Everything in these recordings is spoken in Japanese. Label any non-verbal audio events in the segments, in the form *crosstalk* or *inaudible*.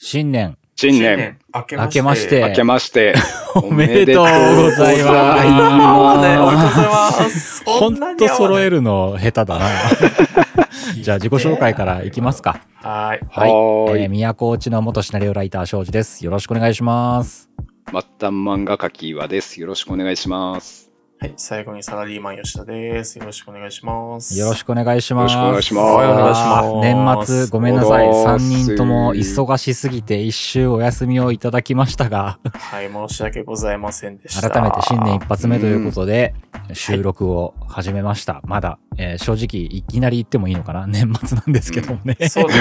新年、新年、明け明けまして明けまして、おめでとうございああね、おめまでとうごす。ざいます。ほんと揃える。るの下手だ *laughs* な。じゃあ自己紹介からいきますか。はーい。はい。はーいえー、宮古内の元シナリオライター、庄司です。よろしくお願いします。末端漫画家きわです。よろしくお願いします。はい。最後にサラリーマン吉田です。よろしくお願いします。よろしくお願いします。よろしくお願いしますお願いします年末、ごめんなさい。おどう3す人とも忙しすぎて一周お休みをいただきましたが、はい。申し訳ございませんでした。改めて新年一発目ということで、収録を始めました。まだ、えー正直、いきなり言ってもいいのかな *laughs* 年末なんですけどもね。そうだね。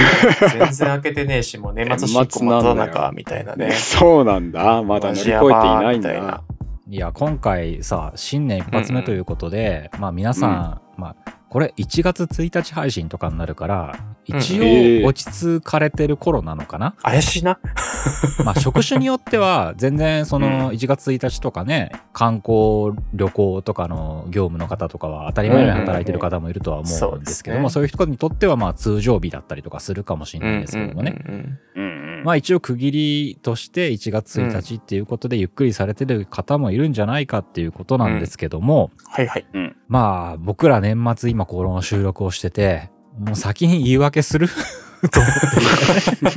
全然明けてねえし、もう年末進行真っ只中みたい *laughs* なね。そうなんだ。まだ乗り越えていないんマジやばーみたいなだ。いや、今回さ、新年一発目ということで、まあ皆さん、まあ、これ1月1日配信とかになるから、一うんええ応落ち着かれてる頃なのかな、怪しいな。まあ職種によっては、全然その1月1日とかね、観光、旅行とかの業務の方とかは当たり前に働いてる方もいるとは思うんですけどうんうんうも、んそういう人にとってはまあ通常日だったりとかするかもしれないんですけどもね。うんうんううんんうんまあ一応区切りとして1月1日っていうことでゆっくりされてる方もいるんじゃないかっていうことなんですけども、はいはい。まあ僕ら年末今この収録をしてて、もう先に言い訳する *laughs* と思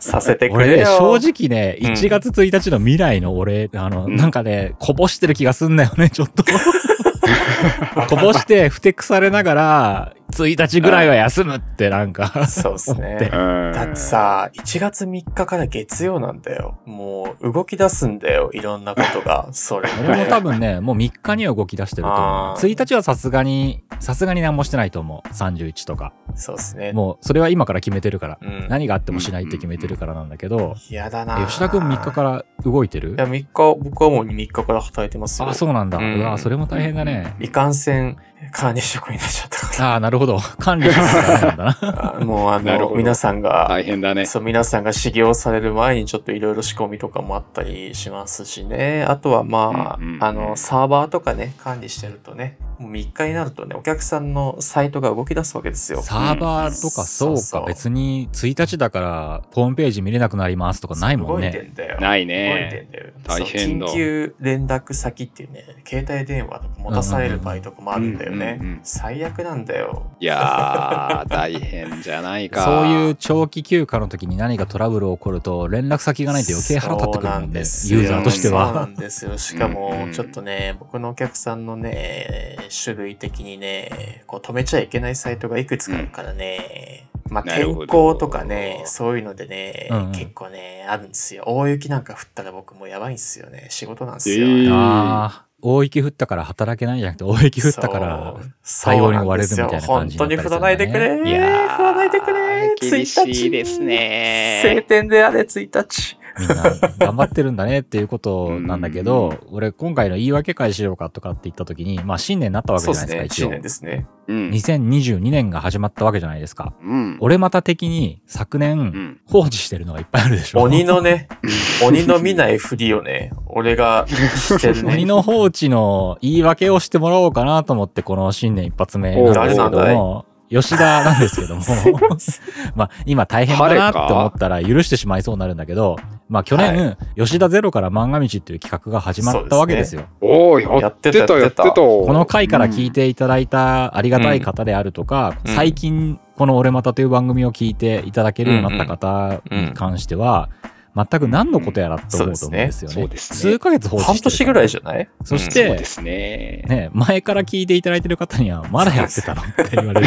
させってて、くれ俺ね、よ。正直ね、うん1月1日の未来の俺、あの、うんなんかね、こぼしてる気がすんだよね、ちょっ *laughs* と。こぼして、ふてくされながら、1日ぐらいは休むってなんか、そうです *laughs* ね。うんだってさ、1月3日から月曜なんだよ。もう動き出すんだよ、いろんなことが。それ俺も多分ね、もう3日には動き出してると思う。あー1日はさすがに、さすがに何もしてないと思う。31とか。そうですね。もう、それは今から決めてるから。うん。何があってもしないって決めてるからなんだけど、嫌だな。え吉田くん3日ら。から動いてるいや、3日、僕はもう3日から働いてますよ。あ、そうなんだ。ううんわ、それも大変だね。いかんせん、管理職になっちゃったかああ、なるほど。管理しなきゃダメなんだな。ら。もうあなるの、ほど皆さんが、大変だね。そう、皆さんが修行される前にちょっといろいろ仕込みとかもあったりしますしね。あとはまあ、うんうんうんあの、サーバーとかね、管理してるとね、もう3日になるとね、お客さんのサイトが動き出すわけですよ。サーバーとかそうそうそか、う別に1日だからホームページ見れなくなりますとかないもん動いね。てんだよ。ない動いてね。んだよ。大変だそう緊急連絡先っていうね、携帯電話とか持たされる場合とかもあるんだようんうんうんうんね。最悪なんだよ。いやー、大変じゃないか。そういう長期休暇の時に何かトラブル起こると連絡先がないと余計腹立ってくるもそうんね、なユですよーザーとしてそうなは。んですよ。しかうんもう、んちょっとね、僕のお客さんのね、種類的にね、こう止めちゃいけないサイトがいくつかあるからね、まあ、なるほ天ど候とかね、そういうのでね、うんうん結構ね、あるんですよ。大雪なんか降ったら僕もうやばいんですよね。仕事なんですえよ。ーうんああ、大雪降ったから働けないんじゃなくて大雪降ったからそう対応に追われるみたいな感そうなんですじになよ本っ当たにりす振るらんなだよいでねくれいやー振らないでくれ厳しい1日です晴ね。天であれ、1日。みんな頑張ってるんだねっていうことなんだけど、俺今回の言い訳会しようかとかって言った時に、まあ新年になったわけじそゃうでないですすか、一ね。新応年。ですね。うん。 2022年が始まったわけじゃないですか。うん。俺また的に昨う年ん放置してるのがいっぱいあるでしょ。鬼 *laughs* のね、鬼の見ないふりをね、俺がしてるね。鬼の放置の言い訳をしてもらおうかなと思って、この新年一発目なんですけおう誰ども、吉田なん *laughs* ですけども、まあ今大変だなって思ったら許してしまいそうになるんだけど、まあ去年、吉田ゼロから漫画道っていう企画が始まったわけですよ。 *laughs* おー、やってた、ややっっててた。たここの回から聞いていただいたありがたい方であるとか、うん最近この「俺また」という番組を聞いていただけるようになった方に関しては、全く何のことやらと思うと思うんですよね。そうですね数。ヶ月放置して半る年ぐらいじゃないそしうんそうてで、すね。ね、前から聞いていただいてる方には、まだやってたのって言われる。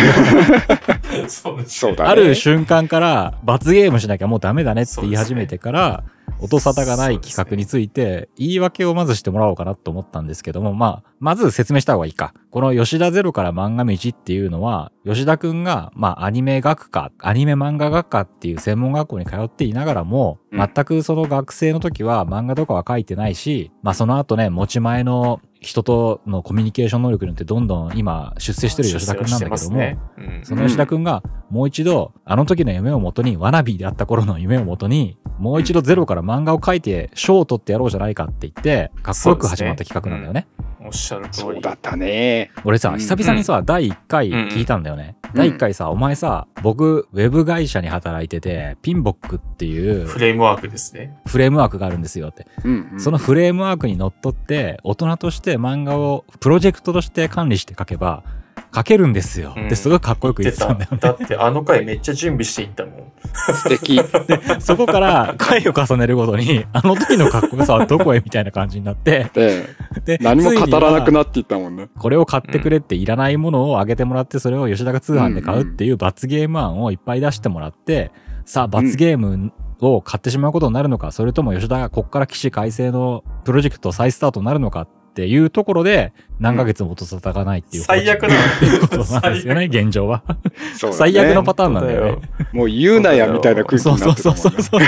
そうですそうだね。ある瞬間から、罰ゲームしなきゃもうダメだねって言い始めてから、音沙汰がない企画について、言い訳をまずしてもらおうかなと思ったんですけども、まあ、まず説明した方がいいか。この吉田ゼロから漫画道っていうのは、吉田くんが、まあ、アニメ学科、アニメ漫画学科っていう専門学校に通っていながらも、うん全くその学生の時は漫画とかは書いてないし、まあ、その後ね、持ち前の人とのコミュニケーション能力によってどんどん今出世してる吉田くんなんだけども、その吉田くんがもう一度、あの時の夢をもとに、ワナビーであった頃の夢をもとに、もう一度ゼロから漫画を描いて、賞を取ってやろうじゃないかって言って、かっこよく始まった企画なんだよね。おっしゃる通そうり。だったね。俺さ、うん久々にさ、第1回聞いたんだよね。第1回さ、お前さ、僕、ウェブ会社に働いてて、ピンボックっていうフレームワークですね。フレームワークがあるんですよって。うんうんそのフレームワークにのっとって、大人として漫画をプロジェクトとして管理して書けば、書けるんですようんってすごいかっこよく言出ってたた。んだよね。だってあの回めっちゃ準備していったもん。素敵。そこから回を重ねるごとに、あの時のかっこよさはどこへみたいな感じになって、 *laughs* で、で、何も語らなくななっていったもんね。これを買ってくれっていらないものをあげてもらって、それを吉田が通販で買うっていう罰ゲーム案をいっぱい出してもらって、さあ罰ゲームを買ってしまうことになるのか、それとも吉田がこっから起死回生のプロジェクト再スタートになるのかっていうところで、何ヶ月も音沙汰がないっていう。最悪だって *laughs* いうことなんですよね、現状は。そうだね最悪のパターンなんだよね。もう言うなやみたいな空気そうにそなうってそたうそう *laughs* そう。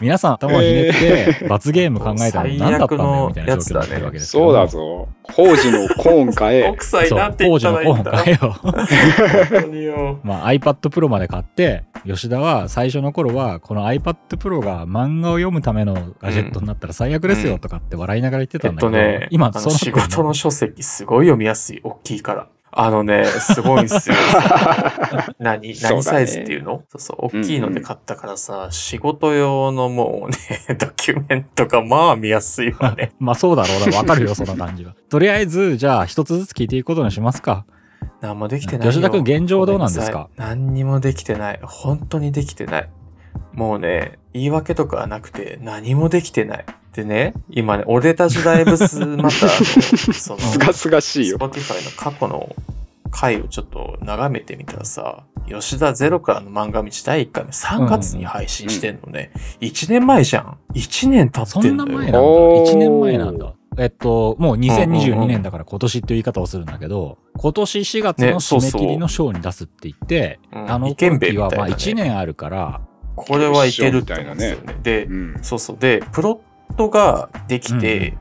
皆さん頭をひねって、罰ゲーム考えたら何だったんだよみたいな状況になってるわけですけどそうだぞ。工事のコーンか *laughs* え。奥さんそなんう、て当言っ時たのらいコいーんンだかえよ。本当によ。 *laughs* まあ、iPad Pro まで買って吉田は最初の頃はこの iPad Pro が漫画を読むためのガジェットになったら最悪ですよとかって笑いながら言ってえたんっだけとど、ね、今あそうのな仕事のって書籍すごい読みやすい。大きいから。あのね、すごいんすよ。何、そうだね何サイズっていうのそうそう大きいので買ったからさ、仕事用のもうね、 *laughs* ドキュメントがまあ見やすいわ *laughs* ね。んのまあそうだろうなわかるよその感じはとりあえずじゃあ一つずつ聞いていくことにしますか何もできてないよ。吉田君現状どうなんですかごめんなさい何にもできてない。本当にできてない。もうね、言い訳とかはなくて、何もできてない。でね、今ね、俺たちだいぶ *laughs* す、また、あのその、すがすがしいよ。 Spotify の過去の回をちょっと眺めてみたらさ、吉田ゼロからの漫画道第1回目3月に配信してんのね。1年前じゃん。1年経そってんんなだ前よ。なんだおー1年前なんだえっともううんうんう2022ん年だから今年っていう言い方をするんだけど今年4月のねそう締そうめ切りの章に出すって言って、うんあの意見弁時みたいはなねまあ1年あるから、これはいけるって思うんですよね。でう、ん。そうそう。で、プロットができて、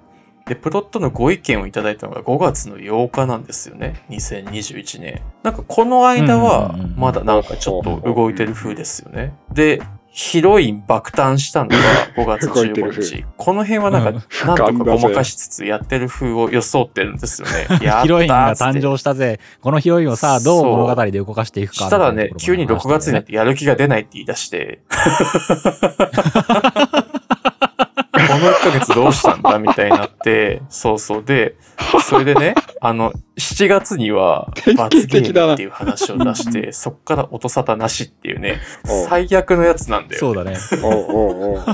で、プロットのご意見をいただいたのが5月の8日なんですよね。2021年。なんかこの間はうんうんうん、うんまだなんかちょっと動いてる風ですよね。で、ヒロイン爆誕したのが5月動いてる15日。この辺はなんか、うんなんとかごまかしつつやってる風を装ってるんです *laughs* よね。やったーっつってヒロインが誕生したぜ。このヒロインをさあ、どう物語で動かしていくか。したらね、急に6月になってやる気が出ないって言い出 *laughs* して、この1ヶ月どうしたんだみたいになって、そうそうで、それでね、あの、7月には典型罰ゲ的だームなっていう話を出して、そっから音沙汰なしっていうね、おう最悪のやつなんだよ。そうだね。おうおうおう。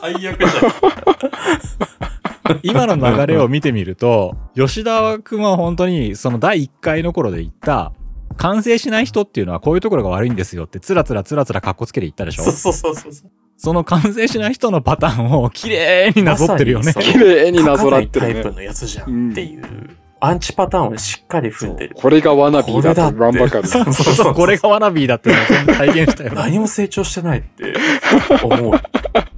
最悪じゃん。今の流れを見てみる *laughs* と、吉田君は本当に、その第1回の頃で言った、完成しない人っていうのはこういうところが悪いんですよって、つらつらつらつら格好つけて言ったでしょそうそうそうそう。その完成しない人のパターンを綺麗になぞってるよねまさ。にそ綺麗になぞらっ書てかないタイるプね。のやつじゃんっていう、アンチパターンをしっかり踏んでる。これがワナビーだと言わんばかり。そう *laughs* そうそう。これがワナビーだっていうのを全部体現したよね。何も成長してないって思 *laughs* う。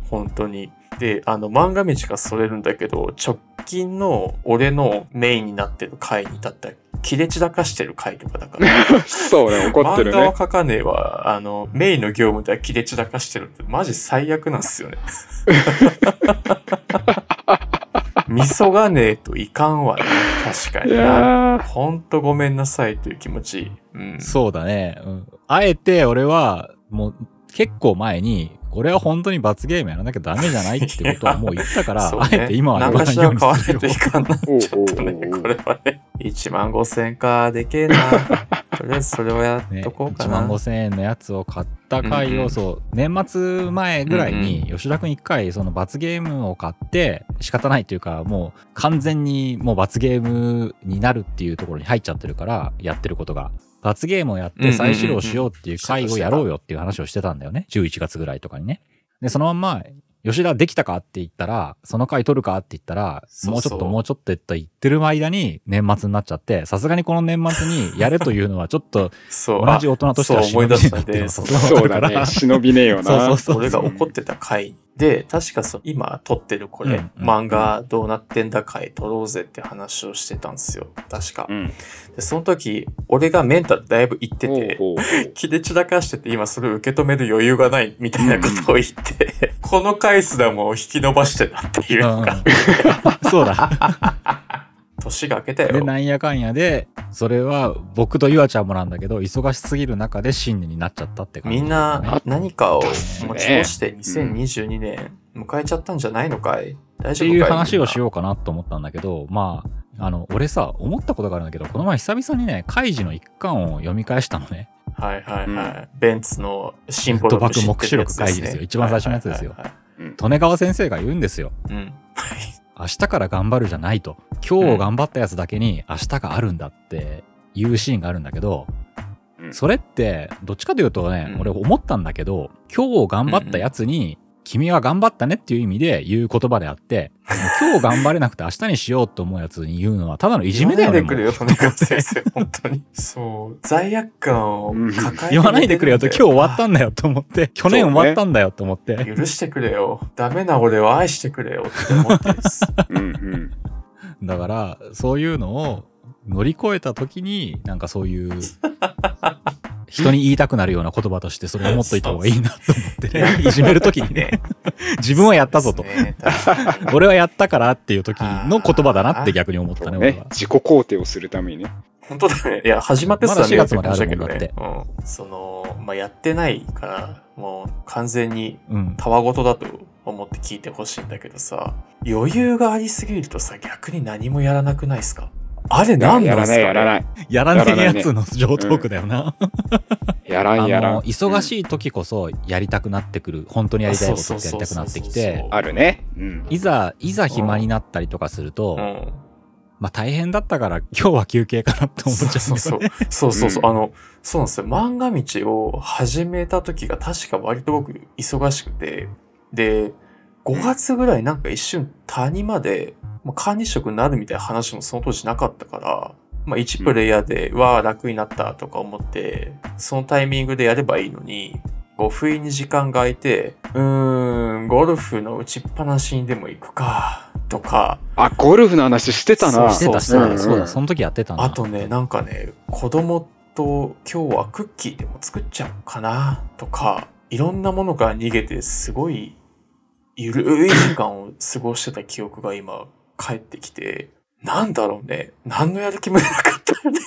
本当に。で、あの、漫画道がそれるんだけど、直近の俺のメインになってる回に至ったら、切れ散らかしてる回とかだから。そうね、怒って漫る画ねは。書かねえわ。あの、メインの業務では切れ散らかしてるって、マジ最悪なんす *laughs* よね。みそがねえといかんわね。確かいにな。やーほんとごめんなさいという気持ち。うん。そうだね。うん。あえて俺は、もう結構前に、これは本当に罰ゲームやらなきゃダメじゃないってことはもう言った *laughs* から、そうあえて今は言わないように何かしすらる買わないといかんな。おう *laughs* ちょっとおね、うおうこれはね、1万5千か、でけえな。とりあえずそれをやっね、とこうか1な。万5千円のやつを買った回うんうを、んそう、年末前ぐらいにう、吉田くん一回、その罰ゲームを買って、仕方ないというか、もう完全にもう罰ゲームになるっていうところに入っちゃってるから、やってることが。罰ゲームをやっうんうてんうん再始動しようっていう回をやろうよっていう話をしてたんだよね。11月ぐらいとかにね。で、そのまんま、吉田できたかって言ったら、その回取るかって言ったら、そうもうちそょうっともうちょっとって言ってる間に年末になっちゃって、さすがにこの年末にやれというのはちょっとそう。同じ大人としてはあそう思い出したん忍で、そうびないっていうのはそうだね、忍びねえよそうそなう。そう。俺が怒ってた回で、確かその今撮ってるこれ、うんうん漫画どうなってんだ回撮ろうぜって話をしてたんですよ。確かう。ん。で、その時、俺がメンタルだいぶ言っておうて、おうおう気で散らかしてて今それを受け止める余裕がないみたいなことを言って、この回数だもん引き伸ばしてたっていうのがうんそうだ。年が明けたで、よ。なんやかんやで、それは僕とゆあちゃんもなんだけど、忙しすぎる中で新年になっちゃったって感じ、みんな何かをあった持っすちね越して2022年迎えちゃったんじゃないのかい大って丈夫かいいう話をしう。ようかなと思ったんだけど、まあ、あの、俺さ、思ったことがあるんだけど、この前久々にね、カイジの一巻を読み返したのね。はいはいはい。ベンツのシンボル賭博目視録会議ですよ一番最初のやつですよ利根川先生が言うんですよ。うん。明日から頑張るじゃないと。今日頑張ったやつだけに明日があるんだっていうシーンがあるんだけど、うんそれって、どっちかというとね、うん俺思ったんだけど、今日頑張ったやつに、君は頑張ったねっていう意味で言う言葉であって、今日頑張れなくて明日にしようと思うやつに言うのはただのいじめだよね。言わないでくれよ、利根川先生。本当に。そう。罪悪感を抱えて寝てるんだ。言わないでくれよと今日終わったんだよと思って、去年終わったんだよと思って、許してくれよ。ダメな俺を愛してくれよって思ってるんです。うんうんだからそういうのを乗り越えた時になんかそういう人に言いたくなるような言葉としてそれを持っといた方がいいなと思ってね、 *laughs* いじめる時にね、 *laughs* 自分はやったぞとそう。ですね確かに俺はやったからっていう時の言葉だなって逆に思ったね、俺ねは。。自己肯定をするためにね。本当だね。いや、始まってまだ4月まであるもんだってうん。その、まあ、やってないから、もう完全に *laughs* うん。たわごとだと思って聞いてほしいんだけどさ、余裕がありすぎるとさ、逆に何もやらなくないですかあれ何やなんらすなか。い、やらないい。やらないやつの上トークだよな。やらん、やあらん。の、忙い。しい時こそやりたくなってくる。本当にやりたいことってやりたくなってきて、あるね。うん。いざ、いざ暇になったりとかすると、うん。まあ大変だったから今日は休憩かなって思っちゃうんだよね。そうそうそう。そうそうそう。うんあの、そうなんですよ。漫画道を始めた時が確か割と僕忙しくて、で、5月ぐらいなんか一瞬谷まで、まあ、管理職になるみたいな話もその当時なかったから、まあ1プレイヤーで、わあ楽になったとか思って、そのタイミングでやればいいのに、こう不意に時間が空いて、うーん、ゴルフの打ちっぱなしにでも行くか、とか、あ、ゴルフの話してたな。してたしてそうた。そうだ、その時やってたんだ。あとね、なんかね、子供と今日はクッキーでも作っちゃおうかなとか、いろんなものから逃げて、すごい、ゆるい時間を過ごしてた記憶が今、帰ってきて、なんだろうね、何のやる気もなかったよね。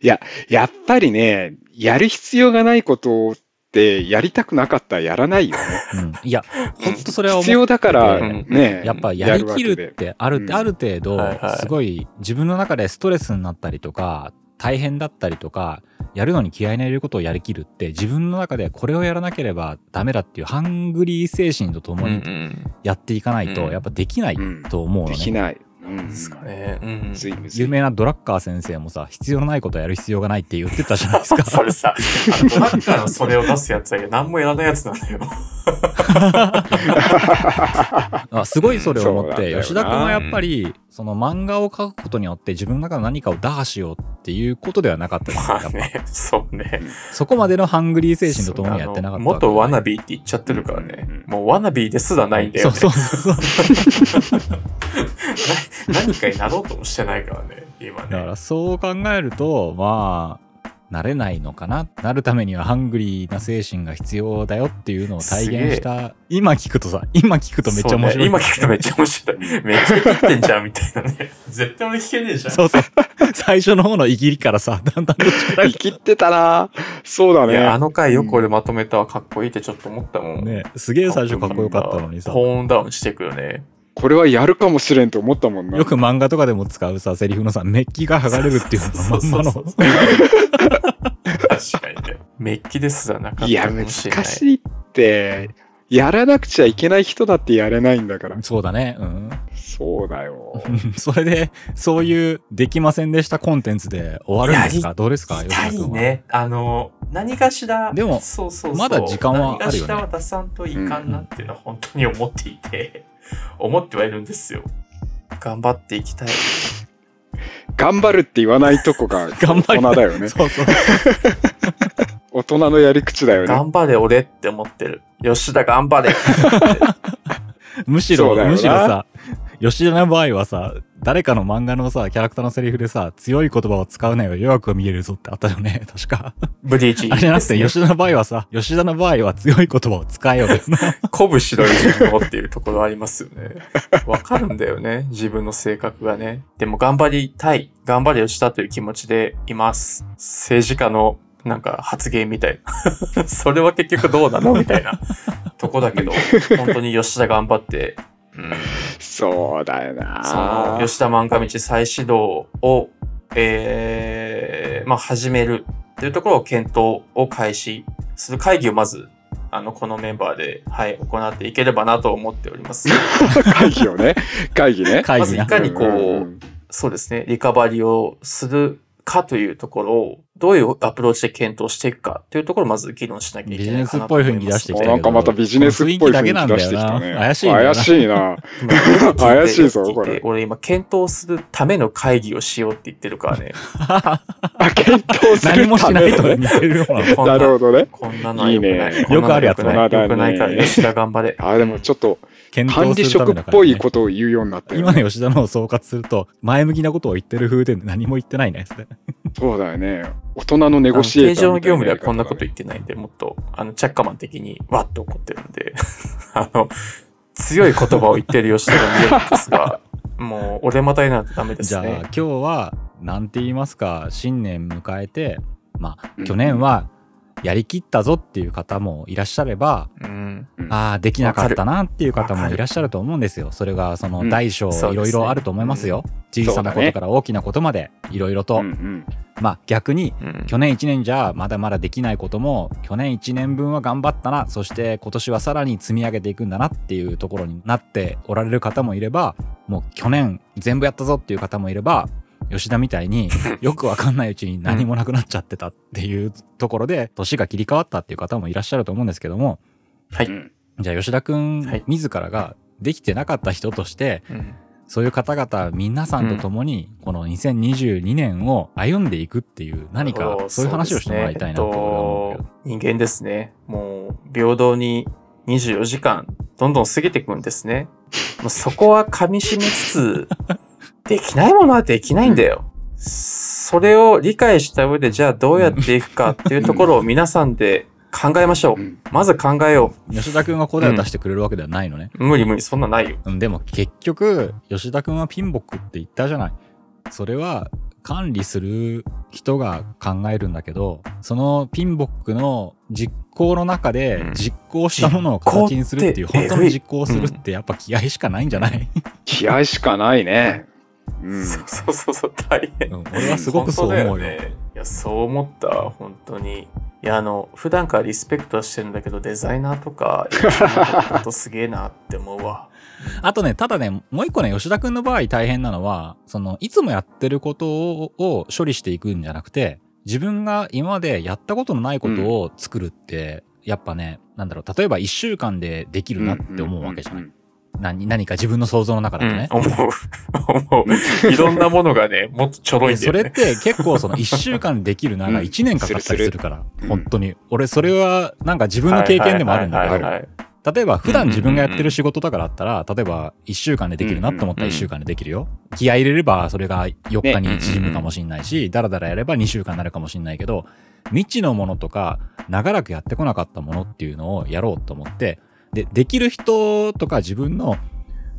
いや、やっぱりね、やる必要がないことって、やりたくなかったらやらないよね。うん、いや、ほんとそれは思う必要だから、うんね。やっぱやりきるやるっわてある,、うんある程度はいはいすごい自分の中でストレスになったりとか大変だったりとかやるのに気合いのいることをやりきるって自分の中でこれをやらなければダメだっていうハングリー精神とともにんやっていかないとうんやっぱできないうんと思うのでね、きない。うん。ですかね。うんむ。ずいむず有い。名なドラッカー先生もさ必要のないことはやる必要がないって言ってたじゃないですかそれさ、あの、ドラッカーのそれを出すやつは何もやらないやつなんだよ。あすごいそれを思っそうなんだて、よな吉田君はやっぱり、その漫画を描くことによって自分の中の何かを打破しようっていうことではなかったじゃないまであすか。やっね、そうね。ぱそこまでのハングリー精神とともにやってなかったわけだあのね。 *laughs* 元ワナビーって言っちゃってるからね。もうワナビーですらないんだよ、ね。そうそうそう。な *laughs* 何かになろうともしてないからね、今だかねら。そう考えると、まあ、なれないのかな。なるためにはハングリーな精神が必要だよっていうのを体現した。今聞くとさ、今聞くとめっちゃ面そう白ねい。今聞くとめっちゃ面白い。めっちゃ生きてんじゃん、みたいなね。 *laughs* 絶対俺聞けねえじゃん。そうそう。最初の方のイギリからさ、だんだんと力生きってたな。そうだいや、あね。の回よく俺まとめたわ、かっこいいってちょっと思ったもん。ね、すげえ最初かっこよかったのにさ。トーンダウンしてくよね。これはやるかもしれんと思ったもんな。よく漫画とかでも使うさ、セリフのさ、メッキが剥がれるっていうのがまんまそうのそう。そう。 *laughs* 確かにね。メッキですらなかったいや、か難もしれない。しいって、やらなくちゃいけない人だってやれないんだから。そうだね。うん。 *laughs* そうだよ。それで、そういうできませんでしたコンテンツで終わるんですいかどうですかい吉田た君りはね。あの、何かしら、でもそうそうそうまだ時間はあるよね何かしらは出さんといかんなっていうのは本当に思っていて、 *laughs* 思ってはいるんですよ。頑張っていきたい。頑張るって言わないとこが *laughs* 頑張り大人たいだよね。そうそう。大人のやり口だよね。頑張れ俺って思ってる。吉田頑張れ。むしそろうだ、よなむしろさ、吉田の場合はさ、誰かの漫画のさ、キャラクターのセリフでさ、強い言葉を使うなよ、弱く見えるぞってあったよね、 *laughs* 確か。ブリーチ、 *laughs* あれじゃなくて、吉田の場合はさ、吉田の場合は強い言葉を使え *laughs* よですな。鼓舞しろよ自分をっていうところありますよね。わかるんだよね、自分の性格がね。でも頑張りたい、頑張りをしたという気持ちでいます。政治家のなんか発言みたいな。 *laughs* それは結局どうなのみたいなとこだけど、本当に吉田頑張って、うん、そうだよそな。の吉田万華道再始動を、えーまあ、始めるというところを検討を開始する会議をまず、あの、このメンバーで、はい、行っていければなと思ってお *laughs* ります。 *laughs* 会議をね。会議ね。会議まなずい。かにこうんんそうですね、リカバリーをするかというところを、どういうアプローチで検討していくかというところをまず議論しなきゃいけないかなと思います。ビジネスっぽい雰囲気出してきおたなんかまたビジネスっぽい雰囲気出してき雰た囲気だけなんだね。よな怪しいな怪しいな。今怪しいぞこれ俺今、検討するための会議をしようって言ってるから *laughs* ね。あ、検討するため何もしないと似てる *laughs* ような。こんなるほどね。こんなのは良くないいいねこんなよのは良くないくあるやつだな良くないかだら、ね吉田頑張れ。あ、でもちょっと検管討理するた職めだっからねぽいことを言うようになったよ今ね。の吉田のを総括すると、前向きなことを言ってる風で何も言ってないね。それそうだよね。大人のネあのゴシエー定ター常のみたい業やり方だね。務ではこんなこと言ってないんで、もっと、あの、チャッカマン的に、わっと怒ってるんで、 *laughs* あの、強い言葉を言ってる吉田が見えるんですが、もう、俺またいなんてダメでじすゃあ、ね今。日は、なんて言いますか、新年迎えて、まうあ、ん去年は、やりきったぞっていう方もいらっしゃれば、うん。ああ、できなかったなっていう方もいらっしゃると思うんですよ。それが、その、うん大小そうですねいろいろあると思いますよ。小さなことから大きなことまで、いろいろと。うんうんまあ、逆に、うん去年1年じゃまだまだできないことも去年1年分は頑張ったなそして今年はさらに積み上げていくんだなっていうところになっておられる方もいればもう去年全部やったぞっていう方もいれば吉田みたいによくわかんないうちに何もなくなっちゃってたっていうところで年が切り替わったっていう方もいらっしゃると思うんですけどもはいうんじゃあ吉田くはいん自らができてなかった人としてうんそういう方々皆さんと共にこの2022年を歩んでいくっていう何かそういう話をしてもらいたいなと俺は思うけどえっと人間ですね。もう、平等に24時間、どんどん過ぎていくんですね。もうそこは噛み締めつつ、できないものはできないんだよ。それを理解した上で、じゃあどうやっていくかっていうところを皆さんで考えましょうう。んまず考えよ吉田くんが答えを出してくれるわけではないのね、う。無理無理、そんなないよ。うんでも結局吉田くんはピンボックって言ったじゃないそれは管理する人が考えるんだけどそのピンボックの実行の中でうん実行したものを形にするっていう実行っ本て当に実行するってやっぱ気合しかないんじゃない、気合しかないね。うん。そうそうそうそう、大変。うん俺はすごくそう思本う当よだね、いや、そう思った、本当に。いや、あの、普段からリスペクトはしてるんだけど、デザイナーとか、本当すげえなって思うわ。あとね、ただね、もう一個ね、吉田くんの場合大変なのは、その、いつもやってることをを処理していくんじゃなくて、自分が今までやったことのないことを作るって、やっぱね、なんだろう、例えば一週間でできるなって思うわけじゃない。い。何何か自分の想像の中だとね。うん思う。 *laughs* 思う。いろんなものがね、もっとちょろいんだそよれね。って結構その1週間できるながうん1年かかったりするから、る本当に。俺それはなんか自分の経験でもあるんだけはどいはい、はいはい例えば普段自分がやってる仕事だからあったら、例えば1週間でできるなと思ったら1週間でできるよ。気合い入れればそれが4日に縮むかもしんないし、だらだらやれば2週間になるかもしんないけど、未知のものとか長らくやってこなかったものっていうのをやろうと思って、で、できる人とか自分の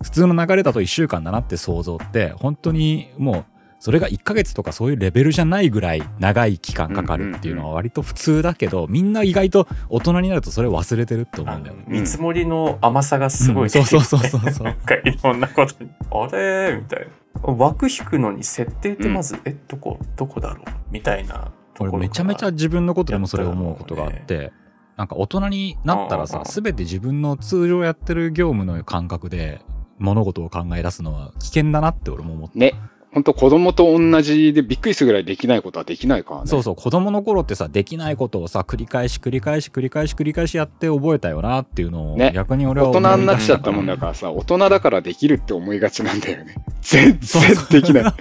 普通の流れだと1週間だなって想像って、本当にもうそれが1ヶ月とかそういうレベルじゃないぐらい長い期間かかるっていうのは割と普通だけど、みんな意外と大人になるとそれ忘れてるって思あうんだのよね。見積もりの甘さがすごい、うんそうそうそうそうそう *laughs* なんかいろんなことに、あれみたいな。枠引くのに設定ってまず、え、どこ、どこだろうみたいなところ俺からめちゃめちゃ自分のことでもそれ思うことがあって、なんか大人になったらうんさうんう全て自分の通常やってる業務の感覚で物事を考え出すのは危険だなって俺も思って、ね。本当子供と同じでびっくりするぐらいできないことはできないからね。そうそう子供の頃ってさできないことをさ繰り返し繰り返し繰り返し繰り返しやって覚えたよなっていうのを、ね逆に俺は大思い人にな出っしちゃたっかたらもんだからさ、大人だからできるって思いがちなんだ *laughs* よね。全そ然うそうできない。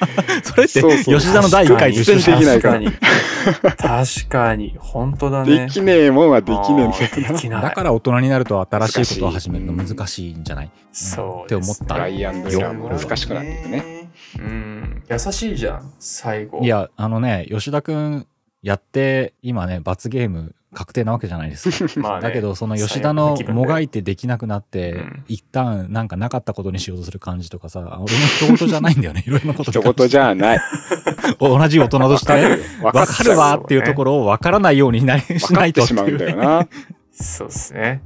それってそうそう吉田の第1回と一緒全然できないから確かに。確かに。本当だね。できねえもんはできねえんだよあーできないだから大人になると新しいことを始めるの難しいんじゃないそうって思ったライアンドエラーも難しくなっていくね。うん。優しいじゃん、最後。い、や、あのね、吉田くんやって、今ね、罰ゲーム確定なわけじゃないですか。まあね、だけど、その吉田の最悪な気分でもがいてできなくなって、うん一旦なんかなかったことにしようとする感じとかさ、俺の一言じゃないんだよね、いろい *laughs* ろなことに一関して言じゃない。同じ大人として、ね、わわかっかちゃるう。わわっていうところをわからないようになりしかなっいとてってしまういんうだよね。な。そうですね。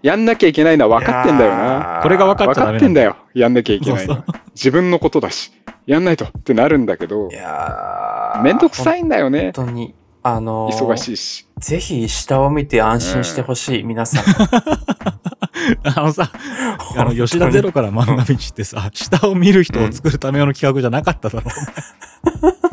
やんなきゃいけないのは分かってんだよいな。やーこれが分かっ分ちゃダかメなってんんだだよ。よ。やんなきゃいけないのは。自分のことだし、やんないとってなるんだけどい、やーめんどくさいんだよね。本当に。あのー忙しいし。ぜひ下を見て安心してほしい、皆さん。あのさ、 *laughs* あの、吉田本当にゼロから漫画道ってさ、下を見る人を作るための企画じゃなかっただろ。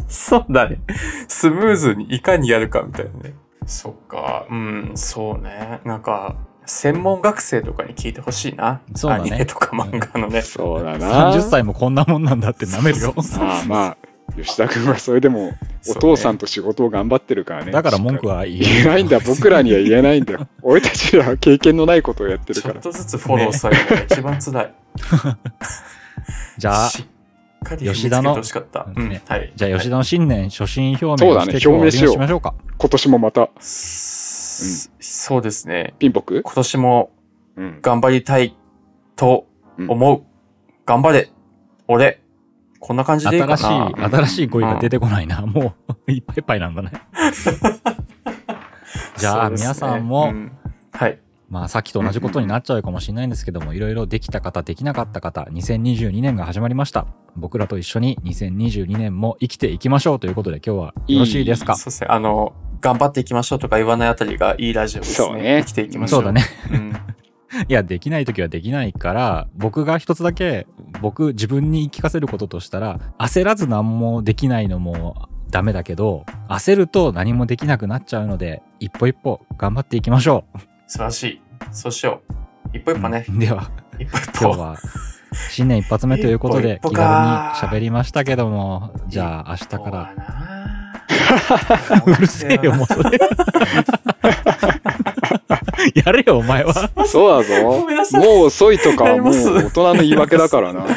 そうだね。スムーズにいかにやるかみたいなね。そっか。うん、そうね。なんか、専門学生とかに聞いてほしいな。そうだねアニメとか漫画のね。そうだな。 30歳もこんなもんなんだって舐めるよ。 *laughs* まあまあ、吉田君はそれでも、お父さんと仕事を頑張ってるからね。だから文句はは言言えないんだ。僕らには言えないんだ *laughs* よ。俺たちは経験のないことをやってるちかょっら。とずつフォローされるのが一番辛い。じゃあ、 *laughs* しっかり吉田の。しかった。うん、ねはい。じゃあ吉田。田の新年初心表そ明うをだしねて今日は表明しよ終わりうにしましょうか。今年もまた、すそうですね。ピンボク今年もうん。頑張りたいと思う。頑張れ。俺。こんな感じでいいかな。新しい、新しい声が出てこないな。もう、いっぱいいっぱいなん *laughs* だね。じゃあそうですね皆さんもうんはい。まあさっきと同じことになっちゃうかもしれないんですけども、いろいろできた方、できなかった方、2022年が始まりました。僕らと一緒に2022年も生きていきましょうということで今日はよろしいですかそうですね。あの、頑張っていきましょうとか言わないあたりがいいラジオですね。そうね生きていきましそょ。ううだね。うん。いや、できない時はできないから、僕が一つだけ、僕、自分に言い聞かせることとしたら、焦らず何もできないのもダメだけど、焦ると何もできなくなっちゃうので、一歩一歩頑張っていきましょ素晴らしい。そうしよう。一歩う。一歩ね。うんでは、一歩一今日歩。は、新年一発目ということで、一歩気一歩軽にか喋りましたけども、じゃあ明日かららうるせえよ、もうそ *laughs* れ。やれよ、お前は。そうだぞ。 *laughs* ごめんなさいもう遅いとかはもうやります大人の言い訳だから *laughs* な。は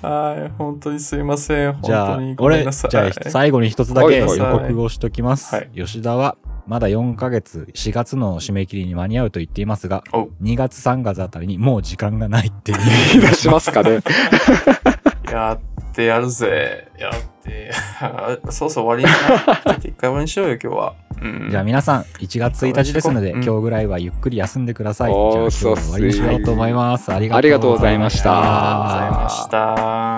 い。はい。本当にすいません。本じゃ当あに、ごめ俺、んなさい。じゃあ最後に一つだけはいはい予告をしときます。はい吉田は、まだ4ヶ月、4月の締め切りに間に合うと言っていますが、お2月3月あたりにもう時間がないっていう。言い出しますかね。やってやるぜ。やって。 *laughs* そうそう、終わりにな。ちょっと一回終わりにしようよ、今日は。うん。 *laughs* じゃあ皆さん、1月1日ですので、うん今日ぐらいはゆっくり休んでください。じゃあお今ー日は終わりにしようと思います。ありありががととううごござざいいままししたた。ありがとうございました。